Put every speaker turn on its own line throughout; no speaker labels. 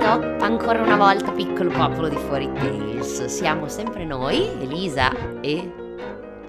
Ancora una volta, piccolo popolo di Fuori Tales, siamo sempre noi, Elisa e...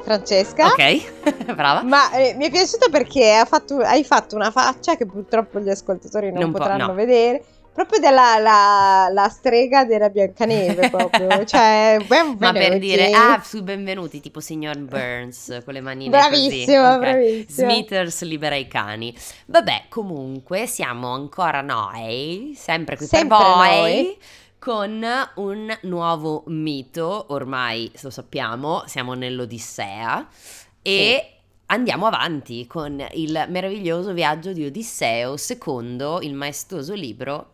Francesca.
Ok, brava.
Ma eh, mi è piaciuto perché ha fatto- hai fatto una faccia che purtroppo gli ascoltatori non,
Non po-
potranno
no.
vedere. Proprio della la, la strega della Biancaneve, proprio. cioè, ben
Ma per
venuti.
dire, ah, sui benvenuti, tipo signor Burns, con le manine così.
bravissimo,
ok.
bravissimo.
Smithers libera i cani. Vabbè, comunque siamo ancora noi, sempre qui
Sempre
per voi,
noi.
con un nuovo mito, ormai lo sappiamo, siamo nell'Odissea e andiamo avanti con il meraviglioso viaggio di Odisseo secondo il maestoso libro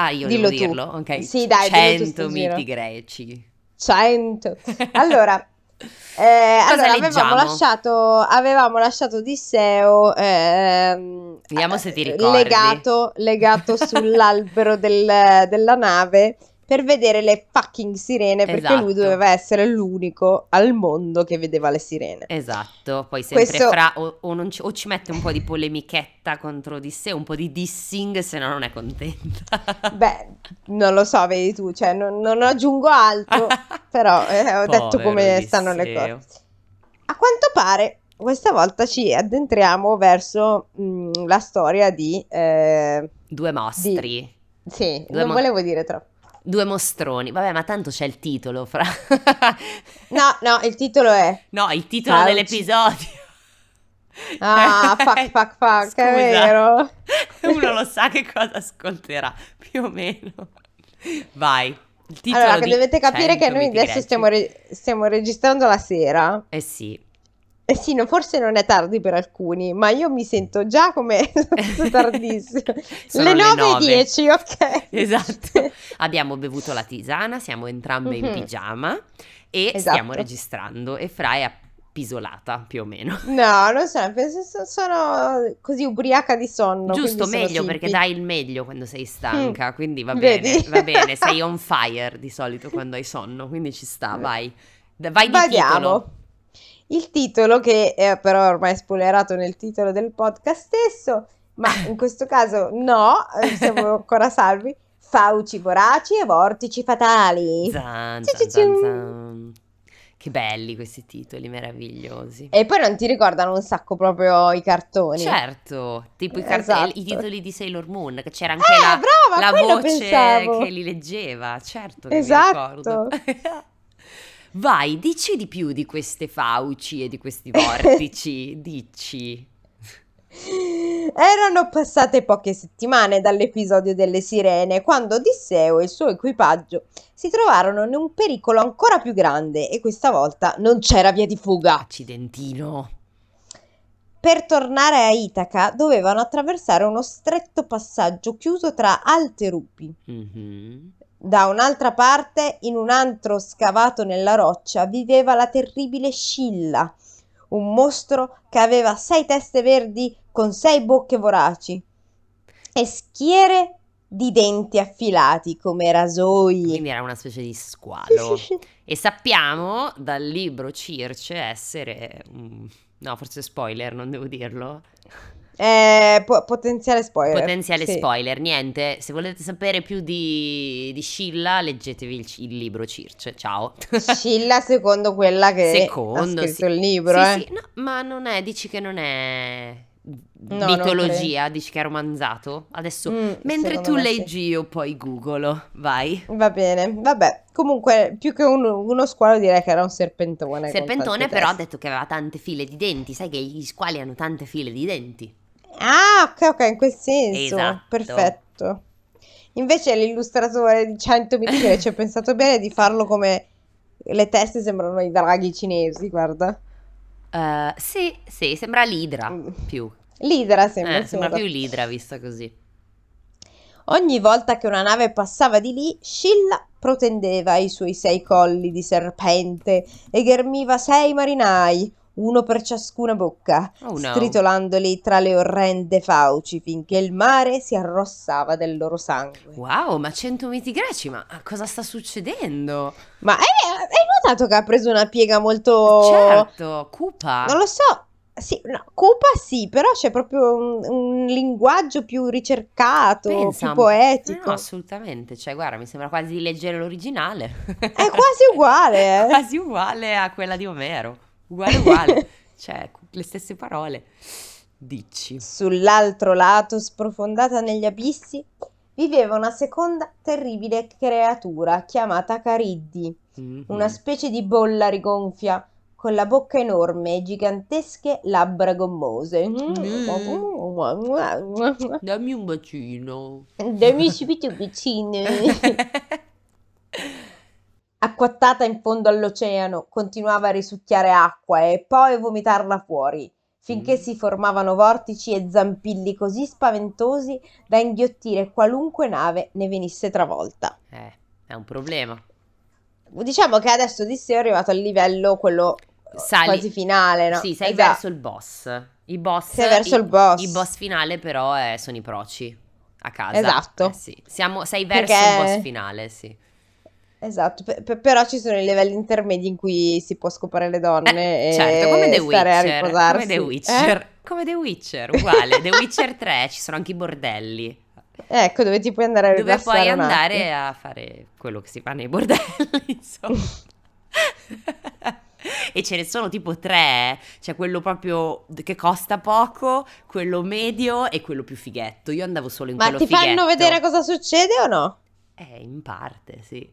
Ah, io
Dillo
devo
tu.
dirlo, ok.
Sì, dai, dillo tu sto
100 miti
giro.
greci.
100. Allora, eh,
Cosa
allora
leggiamo?
avevamo lasciato, avevamo lasciato Odisseo ehm,
Vediamo
eh,
se ti ricordi.
legato, legato sull'albero del- della nave per vedere le fucking sirene perché lui
Esatto.
doveva essere l'unico al mondo che vedeva le sirene.
Esatto, poi sempre
Questo-
fra o, o non ci, o ci mette un po' di polemichetta contro Odisseo, un po' di dissing, se no non è contenta.
Beh, non lo so, vedi tu, cioè non, non aggiungo altro, Oh, però eh, ho detto
Povero
come stanno le
Odisseo.
cose. A quanto pare, questa volta ci addentriamo verso mh, la storia di... eh,
Due mostri,
sì,
Due
non
mo-
volevo dire troppo.
due mostroni. Vabbè, ma tanto c'è il titolo fra...
No, no, il titolo è...
No, il titolo
Ouch.
dell'episodio.
Ah, fuck, fuck, fuck,
Scusa.
è vero.
Uno lo sa che cosa ascolterà, più o meno. Vai. Il titolo
Allora,
di
dovete capire che
100
noi
miti
adesso
greci.
stiamo, re- stiamo registrando la sera.
Eh sì.
Eh sì, no, forse non è tardi per alcuni, ma io mi sento già come tardissimo.
Sono
le
le
9.10, ok.
Esatto. Abbiamo bevuto la tisana, siamo entrambe in
Mhm.
pigiama e
Esatto.
stiamo registrando e Fra è appisolata più o meno.
No, non so, penso so- sono così ubriaca di sonno.
Giusto,
quindi sono
meglio perché
simpi.
dai il meglio quando sei stanca, quindi va
Vedi?
bene, va bene, sei on fire di solito quando hai sonno, quindi ci sta, vai. Da- Vai di
Mm. Vadiamo.
titolo.
Il titolo che è però ormai spoilerato nel titolo del podcast stesso, ma in questo caso no, eh, siamo ancora salvi. Fauci voraci e vortici fatali.
Zan,
Ci,
zan,
ci,
zan,
ci.
zan. Che belli questi titoli meravigliosi.
E poi non ti ricordano un sacco proprio i cartoni.
Certo, tipo i,
Esatto.
cartelli- i titoli di Sailor Moon, che c'era anche la,
Ah, brava,
la
quello
voce
pensavo.
che li leggeva, certo che mi
Esatto.
ricordo. Vai, dici di più di queste fauci e di questi vortici, dici.
Erano passate poche settimane dall'episodio delle sirene, quando Odisseo e il suo equipaggio si trovarono in un pericolo ancora più grande e questa volta non c'era via di fuga.
Accidentino.
Per tornare a Itaca dovevano attraversare uno stretto passaggio chiuso tra alte rupi.
Mhm.
Da un'altra parte, in un antro scavato nella roccia, viveva la terribile Scilla, un mostro che aveva sei teste verdi con sei bocche voraci e schiere di denti affilati come rasoi.
Quindi era una specie di squalo.
Sì, sì, sì.
E sappiamo dal libro Circe essere... mm, No, forse spoiler, non devo dirlo.
Eh, po- potenziale spoiler.
Potenziale
Eh, sì.
spoiler, niente. Se volete sapere più di, di Scilla, leggetevi il, ci- il libro Circe. Ciao.
Scilla secondo quella che ha
Secondo,
scritto
sì.
il libro,
Sì,
eh.
sì, no, ma non è, dici che non è
non
mitologia, dici che è romanzato. Adesso,
Mm,
mentre
secondo
tu
me sì.
leggi, io poi googolo, vai.
Va bene, vabbè. Comunque, più che un- uno squalo, direi che era un serpentone. con
Serpentone
tante
però ha
teste.
detto che aveva tante file di denti, sai che gli squali hanno tante file di denti.
Ah, ok, ok, in quel senso.
Esatto.
Perfetto. Invece l'illustratore di 100 miti greci ha pensato bene di farlo come le teste sembrano i draghi cinesi, guarda.
Eh, sì, sì, sembra l'idra
Mm.
più.
L'idra
Ah. Eh,
sembra,
sembra
sembra.
più l'idra vista così.
Ogni volta che una nave passava di lì, Scilla protendeva i suoi sei colli di serpente e ghermiva sei marinai, uno per ciascuna bocca,
Oh no.
stritolandoli tra le orrende fauci finché il mare si arrossava del loro sangue.
Wow, ma 100 miti greci, ma cosa sta succedendo?
Ma hai, hai notato che ha preso una piega molto...
Certo, cupa.
Oh. Non lo so, Sì, no, cupa sì, però c'è proprio un, un linguaggio più ricercato, più
Pensa, no,
poetico.
assolutamente, cioè guarda, mi sembra quasi di leggere l'originale.
È quasi uguale, eh.
Quasi uguale a quella di Omero, uguale uguale, cioè cu- le stesse parole. Dici.
Sull'altro lato, sprofondata negli abissi, viveva una seconda terribile creatura chiamata Cariddi, una
Mhm.
specie di bolla rigonfia, con la bocca enorme e gigantesche labbra gommose. Mm.
Mm, dammi un bacino.
Dammi subito vicino. Acquattata in fondo all'oceano, continuava a risucchiare acqua e poi vomitarla fuori, finché
Mm.
si formavano vortici e zampilli così spaventosi da inghiottire qualunque nave ne venisse travolta.
Eh, è un problema.
Diciamo che adesso Odisseo è arrivato al livello quello
Sali.
quasi finale, no?
Sì, sei verso
Esatto.
il boss. I boss,
Sei verso
i,
il
i
boss.
boss finale però eh, sono i proci a casa. Eh
Esatto.
sì, Siamo, sei verso il boss
Perché
finale, sì.
Esatto, pe- pe- però ci sono i livelli intermedi in cui si può scopare le
Eh, certo, come
donne
The
e stare
Witcher,
a
come The
riposarsi, eh?
Witcher, come The Witcher, uguale. The Witcher 3 ci sono anche i bordelli,
Ecco, dove ti puoi andare a
dove puoi
rilassare un attimo.
andare a fare quello che si fa nei bordelli, insomma. E ce ne sono tipo tre, eh. c'è quello proprio che costa poco, quello medio e quello più fighetto. Io andavo solo in
Ma
quello
ti fanno vedere
fighetto.
cosa succede o no?
Eh, in parte, sì.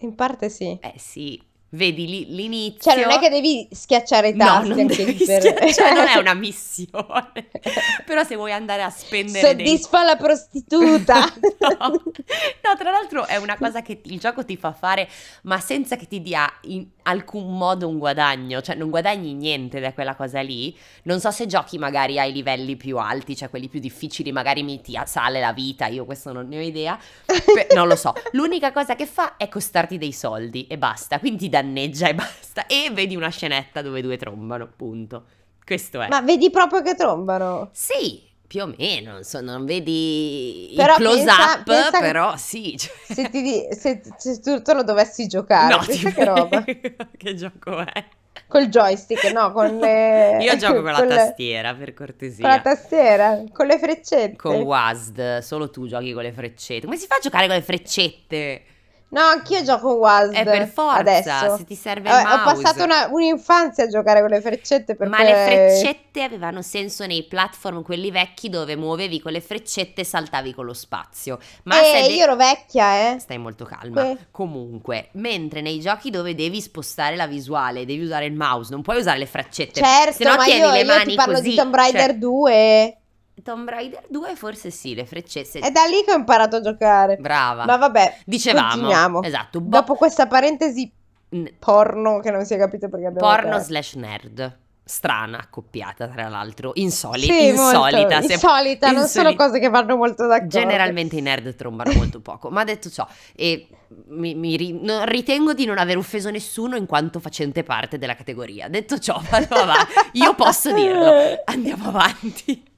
In parte sì.
Eh sì, vedi lì-
Cioè, non è
l'inizio.
che devi schiacciare i
No,
tasti
non
anche lì
devi
per...
schiacciare, cioè, non è una missione. Però se vuoi andare a spendere dei...
Soddisfa la prostituta.
No. No, tra l'altro è una cosa che ti- il gioco ti fa fare, ma senza che ti dia in alcun modo un guadagno, cioè non guadagni niente da quella cosa lì. Non so se giochi magari ai livelli più alti, cioè quelli più difficili, magari mi ti sale la vita, io questo non ne ho idea, Pe- non lo so. L'unica cosa che fa è costarti dei soldi e basta, quindi ti danneggia e basta. E vedi una scenetta dove due trombano, punto. Questo è.
Ma vedi proprio che trombano.
Sì, più o meno, insomma, non vedi il
Però pensa,
close-up,
pensa che
però sì. cioè-
se, ti di- se, se tu te lo dovessi
No,
giocare,
ti
pensa che roba.
prego, che gioco è?
Col joystick, no, con
Io
le...
gioco con la
con le-
tastiera, per
con la
cortesia.
tastiera, con le
Con
freccette.
WASD, solo tu giochi con le freccette. Come si fa a giocare con le freccette?
No, anch'io gioco
È Eh, per
WASD
forza, se
adesso.
ti serve il
Eh, Ho passato
mouse.
una- un'infanzia a giocare con le freccette per
Ma le
cui...
freccette avevano senso nei platform, quelli vecchi, dove muovevi con le freccette e saltavi con lo spazio. Ma se
Eh, io
de-
ero vecchia, eh.
Stai molto calma.
Que-
Comunque, mentre nei giochi dove devi spostare la visuale, devi usare il mouse, non puoi usare le freccette, se
Certo,
no
ma
tieni
io,
le
io ti
mani
parlo di
così.
Tomb
Cioè,
Raider 2.
Tomb Raider 2 forse sì, le freccette.
È da lì che ho imparato a giocare. Eh, Ma
Brava.
vabbè,
Dicevamo,
continuiamo.
esatto, bo-
Dopo questa parentesi
n-
porno che non si è capito perché abbiamo
porno
aperto.
slash nerd. Strana accoppiata, tra l'altro. Insoli-
Sì, molto.
insolita, se-
Insolita, non sono
insoli-
cose che vanno molto d'accordo.
Generalmente i nerd trombano molto poco, ma detto ciò, e mi, mi ri- no, ritengo di non aver offeso nessuno in quanto facente parte della categoria. Detto ciò, vado avanti. Io posso dirlo. Andiamo avanti.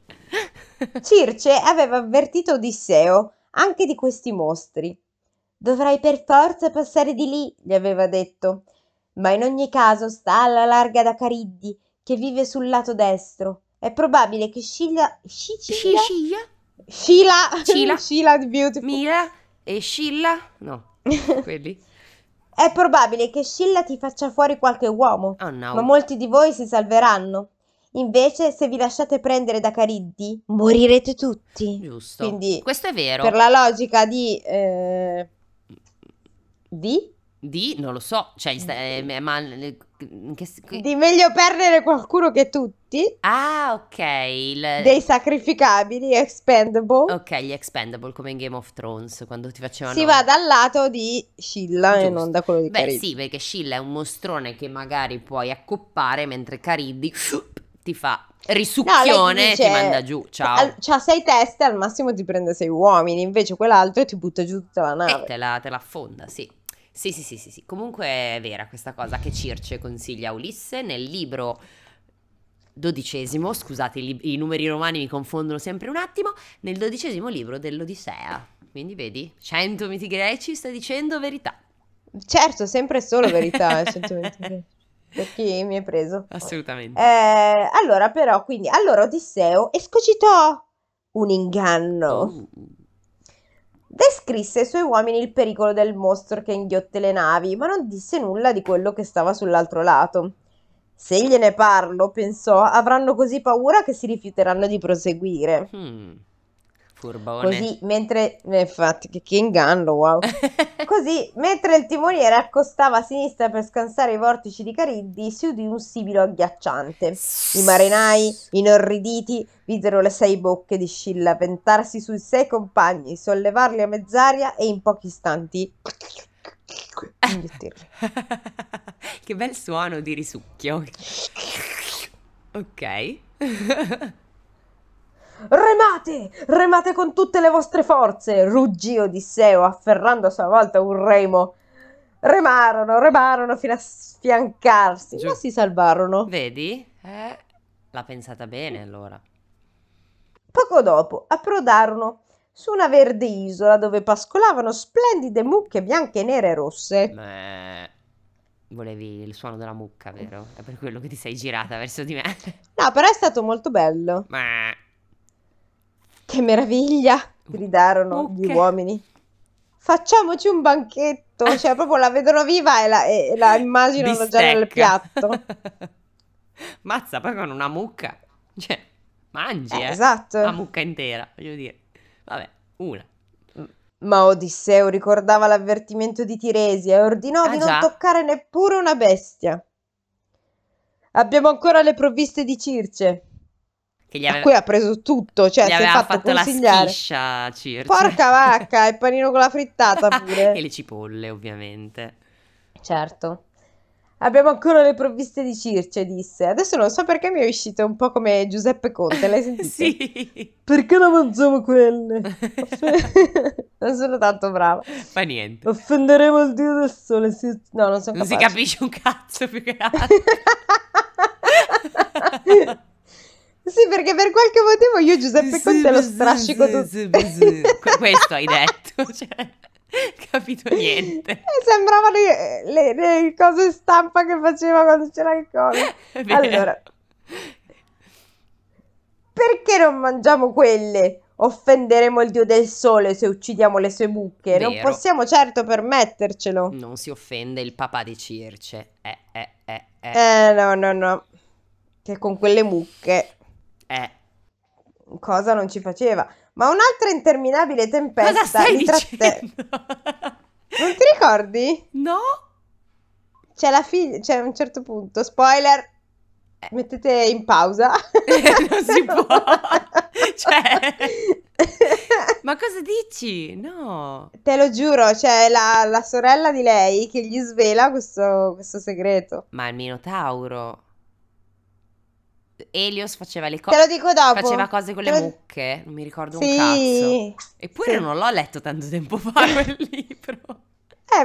Circe aveva avvertito Odisseo anche di questi mostri. Dovrai per forza passare di lì, gli aveva detto. Ma in ogni caso sta alla larga da Cariddi, che vive sul lato destro. È probabile che Scilla... Scicilla?
Sciscia,
Scila!
Cila,
Scila the Beautiful.
Mila e Scilla. No, quelli.
È probabile che Scilla ti faccia fuori qualche uomo,
Oh
ma
no.
molti di voi si salveranno. Invece, se vi lasciate prendere da Cariddi, morirete tutti.
Giusto.
Quindi,
Questo è
per
vero.
la logica di... eh, di?
Di, non lo so, cioè, sta- eh, ma... in che- che-
Di meglio perdere qualcuno che tutti,
Ah, ok, il...
dei sacrificabili, expendable,
Ok, gli expendable come in Game of Thrones, quando ti
si va
facevano...
dal lato di Scilla e non
Giusto.
da quello di
Beh,
Cariddi.
sì, perché Scilla è un mostrone che magari puoi accoppare, mentre Cariddi ti fa
No, lei ti
risucchione e ti manda
dice,
giù,
al-
ciao.
c'ha sei teste, al massimo ti prende sei uomini, invece quell'altro ti butta giù tutta la
E
nave.
Eh, te la, te la affonda, sì. Sì, sì, sì, sì, sì. Comunque è vera questa cosa che Circe consiglia a Ulisse nel libro dodicesimo, scusate, i, lib- i numeri romani mi confondono sempre un attimo, nel dodicesimo libro dell'Odissea. Quindi vedi, 100 miti greci sta dicendo verità.
Certo, sempre e solo verità, eh, 120. per chi mi ha preso.
Assolutamente.
Eh, allora, però, quindi, allora Odisseo escogitò un inganno.
Oh.
Descrisse ai suoi uomini il pericolo del mostro che inghiotte le navi, ma non disse nulla di quello che stava sull'altro lato. Se gliene parlo, pensò, avranno così paura che si rifiuteranno di proseguire.
Hmm. Furbone.
Così, mentre... eh, Infatti, che, che inganno, wow. Così, mentre il timoniere accostava a sinistra per scansare i vortici di Cariddi, si udì un sibilo agghiacciante. I marinai, inorriditi, videro le sei bocche di Scilla ventarsi sui sei compagni, sollevarli a mezz'aria e in pochi istanti inghiottirli.
che bel suono di risucchio. Ok.
Remate! Remate con tutte le vostre forze! ruggì Odisseo, afferrando a sua volta un remo. Remarono, remarono fino a sfiancarsi,
Giù.
ma si salvarono.
Vedi? Eh, l'ha pensata bene allora.
Poco dopo approdarono su una verde isola dove pascolavano splendide mucche bianche, nere e rosse.
Beh, volevi il suono della mucca, vero? È per quello che ti sei girata verso di me.
No, però è stato molto bello.
Beh.
Che meraviglia! gridarono gli
Mucche.
uomini. Facciamoci un banchetto,
Ah.
cioè proprio la vedono viva e la, e la immaginano già nel
Bistecca.
piatto.
Mazza, poi con una mucca. Cioè, mangi,
Eh,
eh.
esatto.
Una mucca intera, voglio dire. Vabbè, una.
Ma Odisseo ricordava l'avvertimento di Tiresi e ordinò
Ah,
di non
già.
toccare neppure una bestia. Abbiamo ancora le provviste di Circe,
Che gli
a
aveva,
cui ha preso tutto, cioè
gli
si è
aveva
fatto
la
consigliare.
schiscia, Circe. Ah,
Porca vacca, il panino con la frittata pure.
e le cipolle, ovviamente.
Certo. Abbiamo ancora le provviste di Circe, disse. Adesso non so perché mi è uscito un po' come Giuseppe Conte, l'hai sentito?
sì.
Perché non mangiamo quelle? non sono tanto brava.
Fa niente.
Offenderemo il dio del sole. sì. No, non sono
Non si
capace.
capisce un cazzo più che altro.
sì, perché per qualche motivo io Giuseppe Conte lo strascico tutto.
tutto. Questo hai detto, cioè, capito niente.
Eh, Sembravano le, le- le cose stampa che faceva quando c'era il Covid.
È vero.
Allora. Perché non mangiamo quelle? Offenderemo il dio del sole se uccidiamo le sue mucche. Non
Vero. Mm.
possiamo certo permettercelo.
non si offende il papà di Circe. Eh, eh, eh, eh,
Eh, no, no, no. Che con quelle mucche
eh.
cosa non ci faceva. Ma un'altra interminabile
Cosa
tempesta
stai
li tratte-
dicendo?
Non ti ricordi?
no?
C'è la figlia, c'è un certo punto, spoiler, mettete in pausa.
Eh. non si può. Cioè, ma cosa dici? No.
Te lo giuro, c'è la, la sorella di lei che gli svela questo, questo segreto.
Ma il Minotauro. Elios faceva le
Te
cose.
lo dico dopo.
Faceva cose con le
Te lo-
mucche. Non mi ricordo un cazzo.
Sì.
Eppure
Sì.
non l'ho letto tanto tempo fa quel libro.
Eh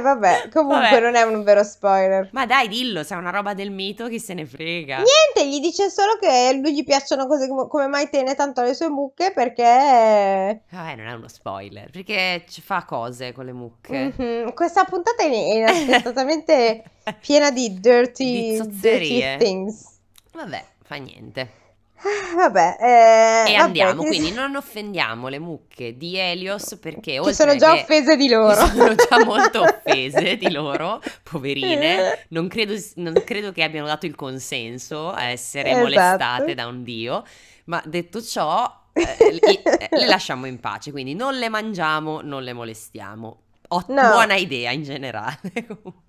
vabbè, comunque
Vabbè.
non è un vero spoiler.
Ma dai, dillo, se è una roba del mito, chi se ne frega.
Niente, gli dice solo che a lui gli piacciono cose come, come mai tiene tanto alle sue mucche perché...
Vabbè, non è uno spoiler, perché ci fa cose con le mucche.
Mhm, Questa puntata è inaspettatamente piena di dirty,
Di zozzerie.
dirty things.
Vabbè, fa niente.
Ah, Vabbè, eh,
E
vabbè,
andiamo,
che-
quindi non offendiamo le mucche di Helios perché
che
oltre
sono già
che-
offese di
che
loro.
sono già molto offese di loro,
Eh.
poverine. Non credo, non credo che abbiano dato il consenso a essere
Esatto.
molestate da un dio. Ma detto ciò, eh, li- eh, le lasciamo in pace, quindi non le mangiamo, non le molestiamo. Ot-
No.
Buona idea in generale, comunque.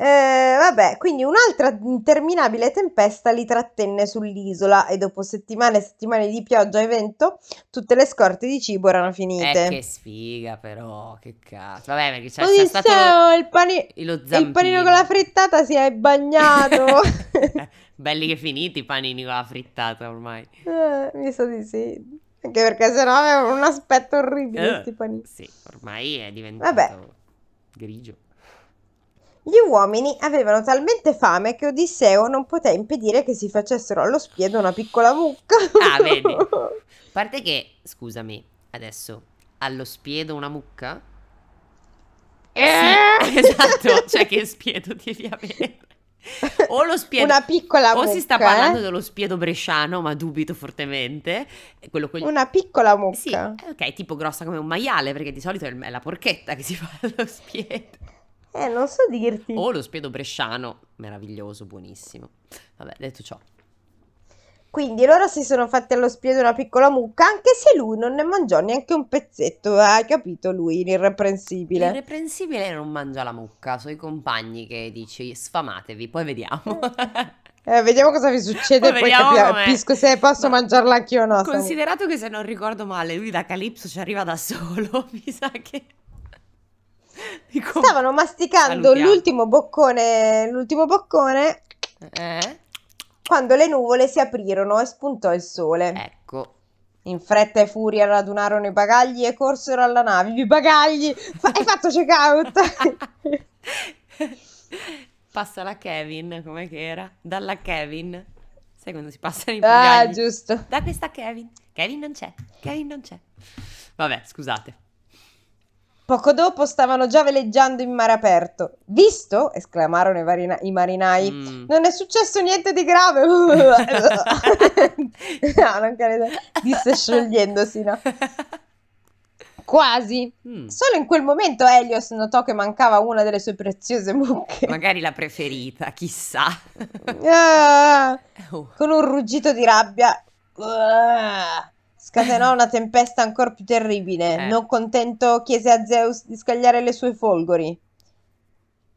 Eh, vabbè, quindi un'altra interminabile tempesta li trattenne sull'isola e dopo settimane e settimane di pioggia e vento, tutte le scorte di cibo erano finite.
Eh, che sfiga, però, che cazzo. Vabbè, perché c'è, c'è
Odisseo,
stato lo,
il, pani-
lo
Oh, il panino
zampino.
con la frittata si è bagnato.
Belli che finiti i panini con la frittata ormai.
Eh, mi sa di sì. Anche perché sennò avevano un aspetto orribile
Eh.
questi panini.
Sì, ormai è diventato
Vabbè.
grigio.
Gli uomini avevano talmente fame che Odisseo non poté impedire che si facessero allo spiedo una piccola mucca.
Ah, vedi. A parte che, scusami, adesso allo spiedo una mucca? esatto,
Eh?
cioè Sì, esatto, cioè che spiedo devi avere. o lo spiedo
Una piccola
o
mucca,
si sta parlando
eh?
dello spiedo bresciano, ma dubito fortemente. eh, Quello con gli-
Una piccola mucca.
Sì, eh, ok, tipo grossa come un maiale, perché di solito è il- è la porchetta che si fa lo spiedo.
Eh, non so dirti.
O lo spiedo bresciano, meraviglioso, buonissimo. Vabbè, detto ciò.
Quindi loro si sono fatti allo spiedo una piccola mucca, anche se lui non ne mangiò neanche un pezzetto, hai capito lui, l'irreprensibile.
L'irreprensibile non mangia la mucca, sono i compagni che dici sfamatevi, poi vediamo.
Eh, vediamo cosa vi succede
Poi
poi
vediamo
capi-
com'è.
capisco se posso
Ma-
mangiarla anch'io o no. sta mucca.
Considerato che se non ricordo male, lui da Calypso ci arriva da solo, mi sa che... I comp-
Stavano masticando
Salutiamo.
l'ultimo boccone, l'ultimo boccone
Eh?
quando le nuvole si aprirono e spuntò il sole.
Ecco.
In fretta e furia radunarono i bagagli e corsero alla nave. I bagagli! Fa- hai fatto check out!
Passa la Kevin, com'è che era? Dalla Kevin. Sai quando si passano i
ah,
bagagli?
giusto.
da questa Kevin. Kevin non c'è, Kevin non c'è. Vabbè, scusate.
Poco dopo stavano già veleggiando in mare aperto. Visto? esclamarono i, varina- i marinai.
Mm.
Non è successo niente di grave. no, non credo. Disse sciogliendosi, no? Quasi.
Mm,
Solo in quel momento Helios notò che mancava una delle sue preziose mucche.
Magari la preferita, chissà.
Ah!
Oh,
Con un ruggito di rabbia ah, scatenò una tempesta ancora più terribile.
Eh.
Non contento, chiese a Zeus di scagliare le sue folgori.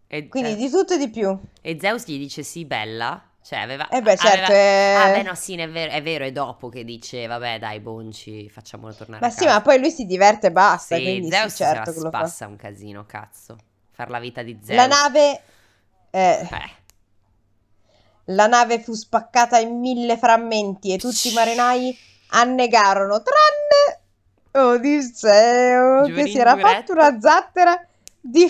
E,
Quindi
eh,
di tutto e di più.
e Zeus gli dice sì, bella. Cioè, aveva...
E beh, certo,
aveva- Ah,
eh.
beh, no, sì, è vero, è vero, è dopo che dice, vabbè, dai, bonci, facciamola tornare
ma
a
sì,
casa.
ma poi lui si diverte e basta.
Sì,
quindi sì,
Zeus se
certo
la
che lo fa.
spassa un casino, cazzo. Far la vita di Zeus.
La nave. eh,
Eh.
la nave fu spaccata in mille frammenti e tutti i marinai annegarono, tranne Odisseo, che
Giurin
si era
Giuretto.
fatto una zattera di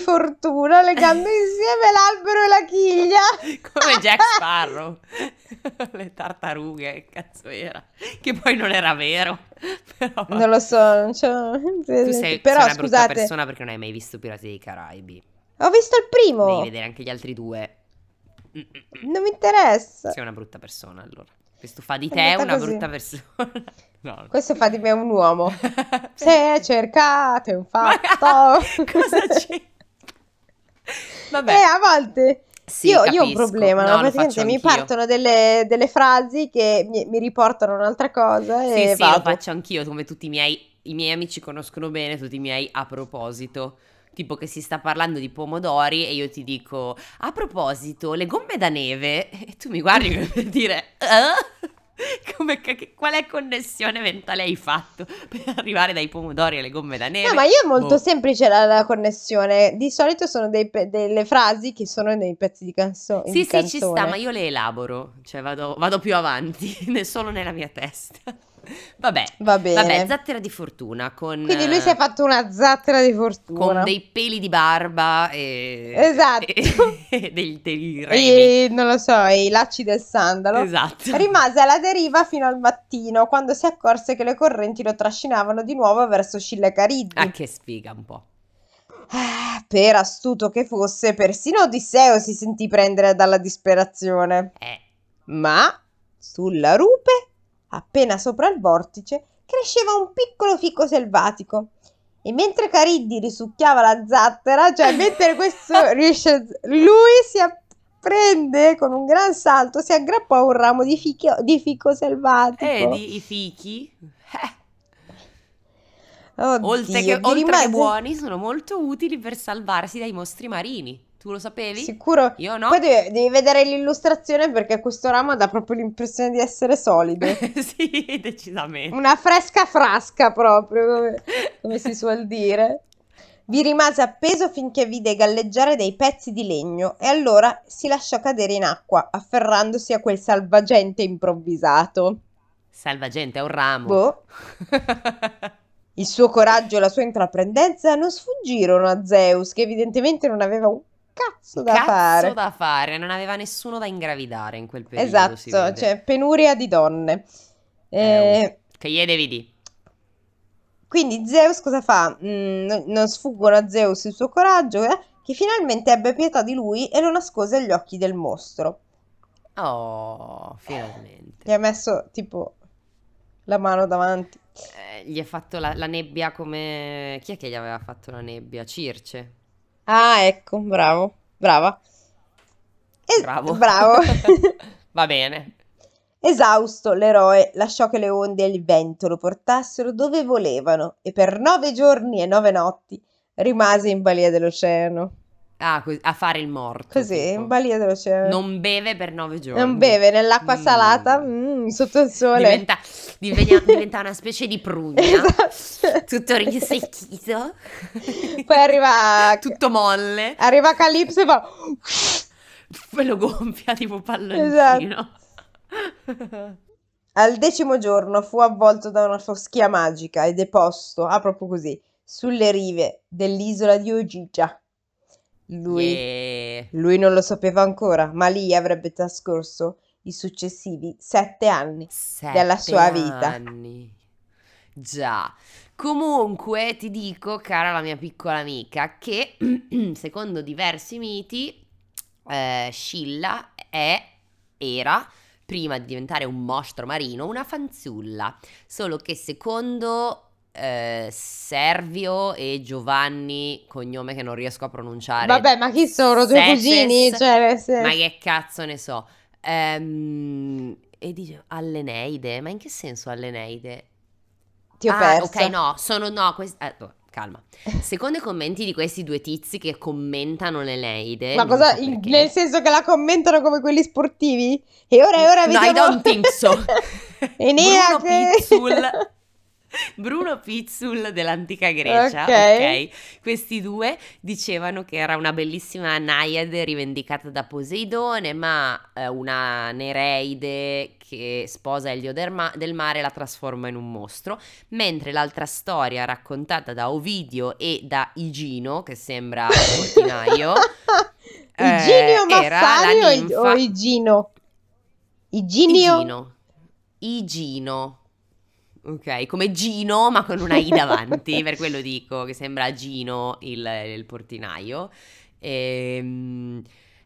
fortuna legando insieme l'albero e la chiglia.
Come Jack Sparrow, le tartarughe, che cazzo era? Che poi non era vero, però...
Non lo so, non c'ho-
Tu sei,
però
sei una brutta
scusate,
persona perché non hai mai visto Pirati dei Caraibi.
ho visto il primo,
Devi vedere anche gli altri due. Mm, mm, mm.
non mi interessa.
Sei una brutta persona, allora. Questo fa di
È
te
detta
una
così.
brutta persona. No.
Questo fa di me un uomo. Se cercate un fatto.
Cosa c'è? Vabbè,
Eh, a volte
sì,
io, io ho un
capisco.
problema, no?
No, lo
praticamente
faccio
mi
anch'io.
partono delle, delle frasi che mi, mi riportano a un'altra cosa
Sì,
e
sì,
Eh, vado.
lo faccio anch'io, come tutti i miei, i miei amici conoscono bene, tutti i miei a proposito. Tipo che si sta parlando di pomodori e io ti dico, a proposito, le gomme da neve, e tu mi guardi come per dire, "Eh? Come che- che- quale connessione mentale hai fatto per arrivare dai pomodori alle gomme da neve?
No, ma io è molto
Boh.
semplice la, la connessione. Di solito sono dei pe- delle frasi che sono nei pezzi di, canzo-
Sì,
di
sì,
canzone.
ci sta, ma io le elaboro, cioè vado, vado più avanti, ne- solo nella mia testa. Vabbè,
Va bene.
vabbè, zattera di fortuna con...
Quindi lui si è
eh,
fatto una zattera di
con
fortuna.
dei peli di barba e,
Esatto.
e- e dei, dei remi.
E, non lo so, e i lacci del sandalo.
Esatto.
Rimase alla deriva fino al mattino, quando si accorse che le correnti lo trascinavano di nuovo verso Scilla Cariddi.
Ah, che sfiga un po'.
Ah, Per astuto che fosse, persino Odisseo si sentì prendere dalla disperazione.
Eh,
Ma sulla rupe, appena sopra il vortice, cresceva un piccolo fico selvatico. E mentre Cariddi risucchiava la zattera, cioè mentre questo riesce, lui si prende con un gran salto, si aggrappò a un ramo di, fichio- di fico selvatico.
vedi Eh, i fichi? Eh,
Oddio,
Oltre,
gli
che, oltre che
rimase-
buoni, sono molto utili per salvarsi dai mostri marini. Tu lo sapevi?
Sicuro,
Io no.
Poi devi, devi vedere l'illustrazione perché questo ramo dà proprio l'impressione di essere solido.
sì, decisamente.
Una fresca frasca proprio, come, come si suol dire. Vi rimase appeso finché vide galleggiare dei pezzi di legno e allora si lasciò cadere in acqua, afferrandosi a quel salvagente improvvisato.
Salva gente, è un ramo.
Boh. Il suo coraggio e la sua intraprendenza non sfuggirono a Zeus, che evidentemente non aveva un cazzo da
Cazzo
fare.
da fare, non aveva nessuno da ingravidare in quel periodo. si
Esatto,
vede.
cioè penuria di donne.
Eh,
Eh,
Che gli devi dire?
quindi Zeus cosa fa? Mm, non- non sfuggono a Zeus il suo coraggio, eh, che finalmente ebbe pietà di lui e lo nascose agli occhi del mostro.
Oh,
Gli
finalmente.
ha messo tipo la mano davanti.
Eh, gli ha fatto la, la nebbia come... Chi è che gli aveva fatto la nebbia? Circe.
Ah, ecco, bravo, brava. E-
Bravo.
Eh, bravo.
Va bene.
Esausto, l'eroe lasciò che le onde e il vento lo portassero dove volevano e per nove giorni e nove notti rimase in balia dell'oceano.
Ah, co- a fare il morto.
Così,
tipo.
in balia dell'oceano.
Non beve per nove giorni.
Non beve nell'acqua
Mm.
salata, mm, sotto il sole.
Diventa, divenia- diventa una specie di prugna.
Esatto.
Tutto rinsecchito.
Poi arriva, Eh.
Tutto molle.
arriva Calypso e fa...
Poi lo gonfia tipo
Esatto.
palloncino.
Al decimo giorno fu avvolto da una foschia magica e deposto, ah proprio così, sulle rive dell'isola di Ogigia. Lui...
Yeah.
Lui non lo sapeva ancora, ma lì avrebbe trascorso i successivi sette anni. della
Sette
sua vita.
anni. Già. Comunque ti dico, cara la mia piccola amica, che secondo diversi miti, eh, Scilla è, era, prima di diventare un mostro marino, una fanzulla. Solo che secondo eh, Servio e Giovanni, cognome che non riesco a pronunciare,
Vabbè, ma chi sono? Due
Sesses,
cugini? Cioè, nel senso-
ma che cazzo ne so. Ehm, e dice Alleneide, ma in che senso Alleneide?
ti ho
ah,
perso.
ok, no, sono no, quest- eh, oh, calma. Secondo i commenti di questi due tizi che commentano l'Eneide,
Ma
eh, non
cosa?
so
in-
perché.
nel senso che la commentano come quelli sportivi? E ora, e ora
No,
vediamo...
I don't think so. Ah,
Enea
Bruno
che-
Pizzul. Bruno Pizzul dell'antica Grecia,
Ok.
ok? Questi due dicevano che era una bellissima Naiade rivendicata da Poseidone, ma eh, una Nereide che sposa Elio del, ma- del mare la trasforma in un mostro, mentre l'altra storia raccontata da Ovidio e da Igino, che sembra un portinaio,
Iginio
eh, era
Massario
la
o-
ninfa-
o Igino? Iginio?
Igino. Igino. Ok, come Gino, ma con una I davanti, per quello dico che sembra Gino il, il portinaio. Ehm,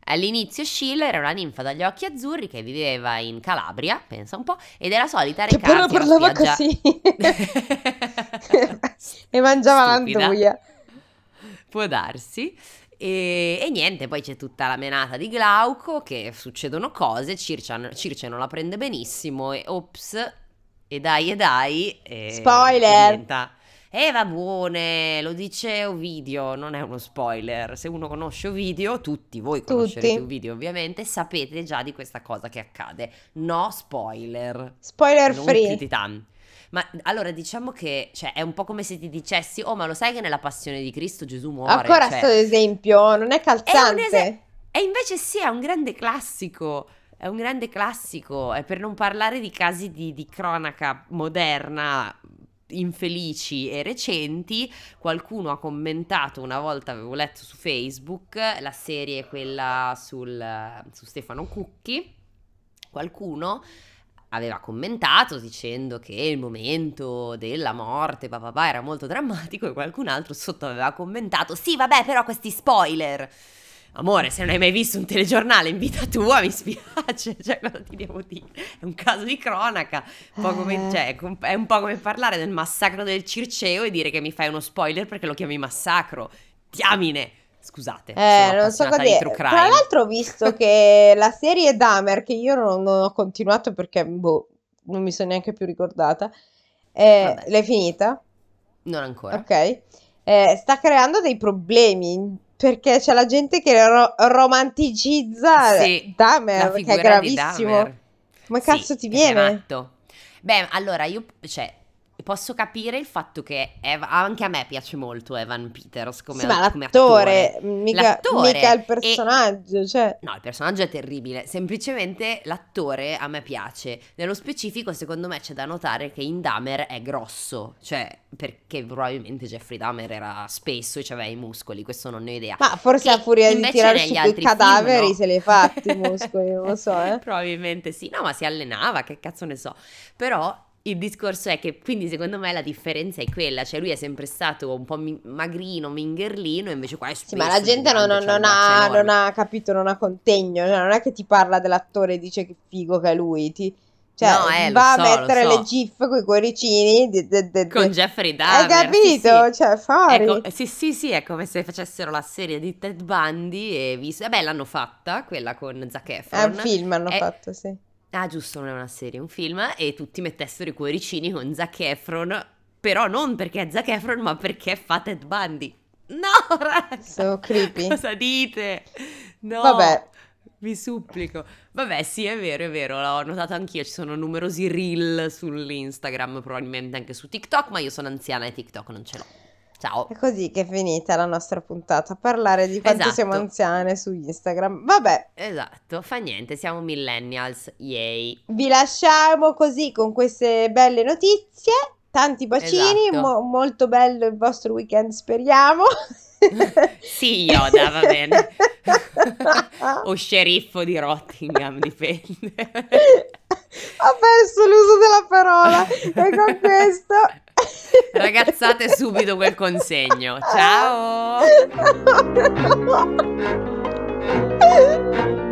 all'inizio Scilla era una ninfa dagli occhi azzurri che viveva in Calabria, pensa un po', ed era solita
Che
recarsi a
però
una
parlava
spiaggia-
così. e mangiava
Stupida.
l'anduia.
Può darsi. E, e niente, poi c'è tutta la menata di Glauco, che succedono cose, Circe, Circe non la prende benissimo e ops, e dai e dai. E
Spoiler!
diventa- E va buone, lo dice Ovidio, non è uno spoiler. Se uno conosce Ovidio, tutti voi conoscerete
Tutti.
Ovidio ovviamente, sapete già di questa cosa che accade. No spoiler.
Spoiler
Non
free.
più di tanto. Ma allora diciamo che cioè, è un po' come se ti dicessi: Oh, ma lo sai che nella passione di Cristo Gesù muore?
Ancora
Cioè,
sto esempio, non
è
è
un
calzante.
ese- e invece sì, è un grande classico. È un grande classico. E per non parlare di casi di, di cronaca moderna, infelici e recenti, qualcuno ha commentato una volta, avevo letto su Facebook, la serie quella sul, su Stefano Cucchi. Qualcuno aveva commentato dicendo che il momento della morte papà era molto drammatico e qualcun altro sotto aveva commentato sì vabbè però questi spoiler amore se non hai mai visto un telegiornale in vita tua mi spiace cioè cosa ti devo dire è un caso di cronaca un po' come-
Eh.
cioè, è un po' come parlare del massacro del Circeo e dire che mi fai uno spoiler perché lo chiami massacro diamine scusate
Eh,
sono
non so
appassionata
cosa
di
dire.
true crime.
Tra l'altro ho visto che la serie Dahmer, che io non, non ho continuato perché boh, non mi sono neanche più ricordata, eh,
Vabbè.
l'hai finita?
non ancora
Ok. Eh, sta creando dei problemi perché c'è la gente che ro- romanticizza
Sì,
Dahmer,
la
che è
figura di
gravissimo.
Dahmer.
Ma
Sì,
cazzo ti
è
viene?
matto. Beh, allora io cioè, posso capire il fatto che Ev- anche a me piace molto Evan Peters come,
Sì, ma
come
l'attore,
attore.
mica,
L'attore
mica il
e-
personaggio, cioè.
No, il personaggio è terribile, semplicemente l'attore a me piace. Nello specifico, secondo me c'è da notare che in Dahmer è grosso, cioè perché probabilmente Jeffrey Dahmer era spesso e aveva i muscoli, questo non ne ho idea.
Ma forse
Che
a furia di
invece
tirare
negli
su quei
altri film,
cadaveri
no.
se li è fatti i muscoli, non lo so, eh.
Probabilmente sì. No, ma si allenava, che cazzo ne so. Però Il discorso è che quindi secondo me la differenza è quella, cioè lui è sempre stato un po' mi- magrino, mingherlino, e invece qua è
Sì,
spesso
ma la gente non,
grande, cioè, c'ha le
non- non
braccia
ha,
enormi.
non ha capito, non ha contegno. cioè, non è che ti parla dell'attore e dice che figo che è lui. ti- cioè,
No, eh, lo
va
so,
a
lo
mettere
so.
le gif con i cuoricini. de- de- de-
Con
de-
Jeffrey Dahmer.
Hai capito? Cioè,
Sì, sì.
fuori.
Ecco, sì, sì, sì, è come se facessero la serie di Ted Bundy e visto... Vabbè, l'hanno fatta, quella con Zac
È un
Efron.
film hanno
è-
fatto, sì.
Ah, giusto, non è una serie, è un film. E tutti mettessero i cuoricini con Zac Efron, però non perché è Zac Efron, ma perché fa Ted Bundy. No, raga!
So creepy.
Cosa dite? No!
Vabbè.
Vi supplico. Vabbè, sì, è vero, è vero, l'ho notato anch'io, ci sono numerosi reel sull'Instagram, probabilmente anche su TikTok, ma io sono anziana e TikTok non ce l'ho. Ciao.
È così che è finita la nostra puntata. Parlare di quanto
Esatto.
siamo anziane su Instagram. Vabbè,
Esatto, fa niente, siamo millennials, yay.
vi lasciamo così con queste belle notizie. Tanti bacini,
Esatto.
mo- molto bello il vostro weekend, speriamo.
Sì, Yoda, va bene. o sceriffo di Rottingham, dipende.
Ho perso l'uso della parola e con questo
Ragazzate subito quel consegno. Ciao!
Ciao.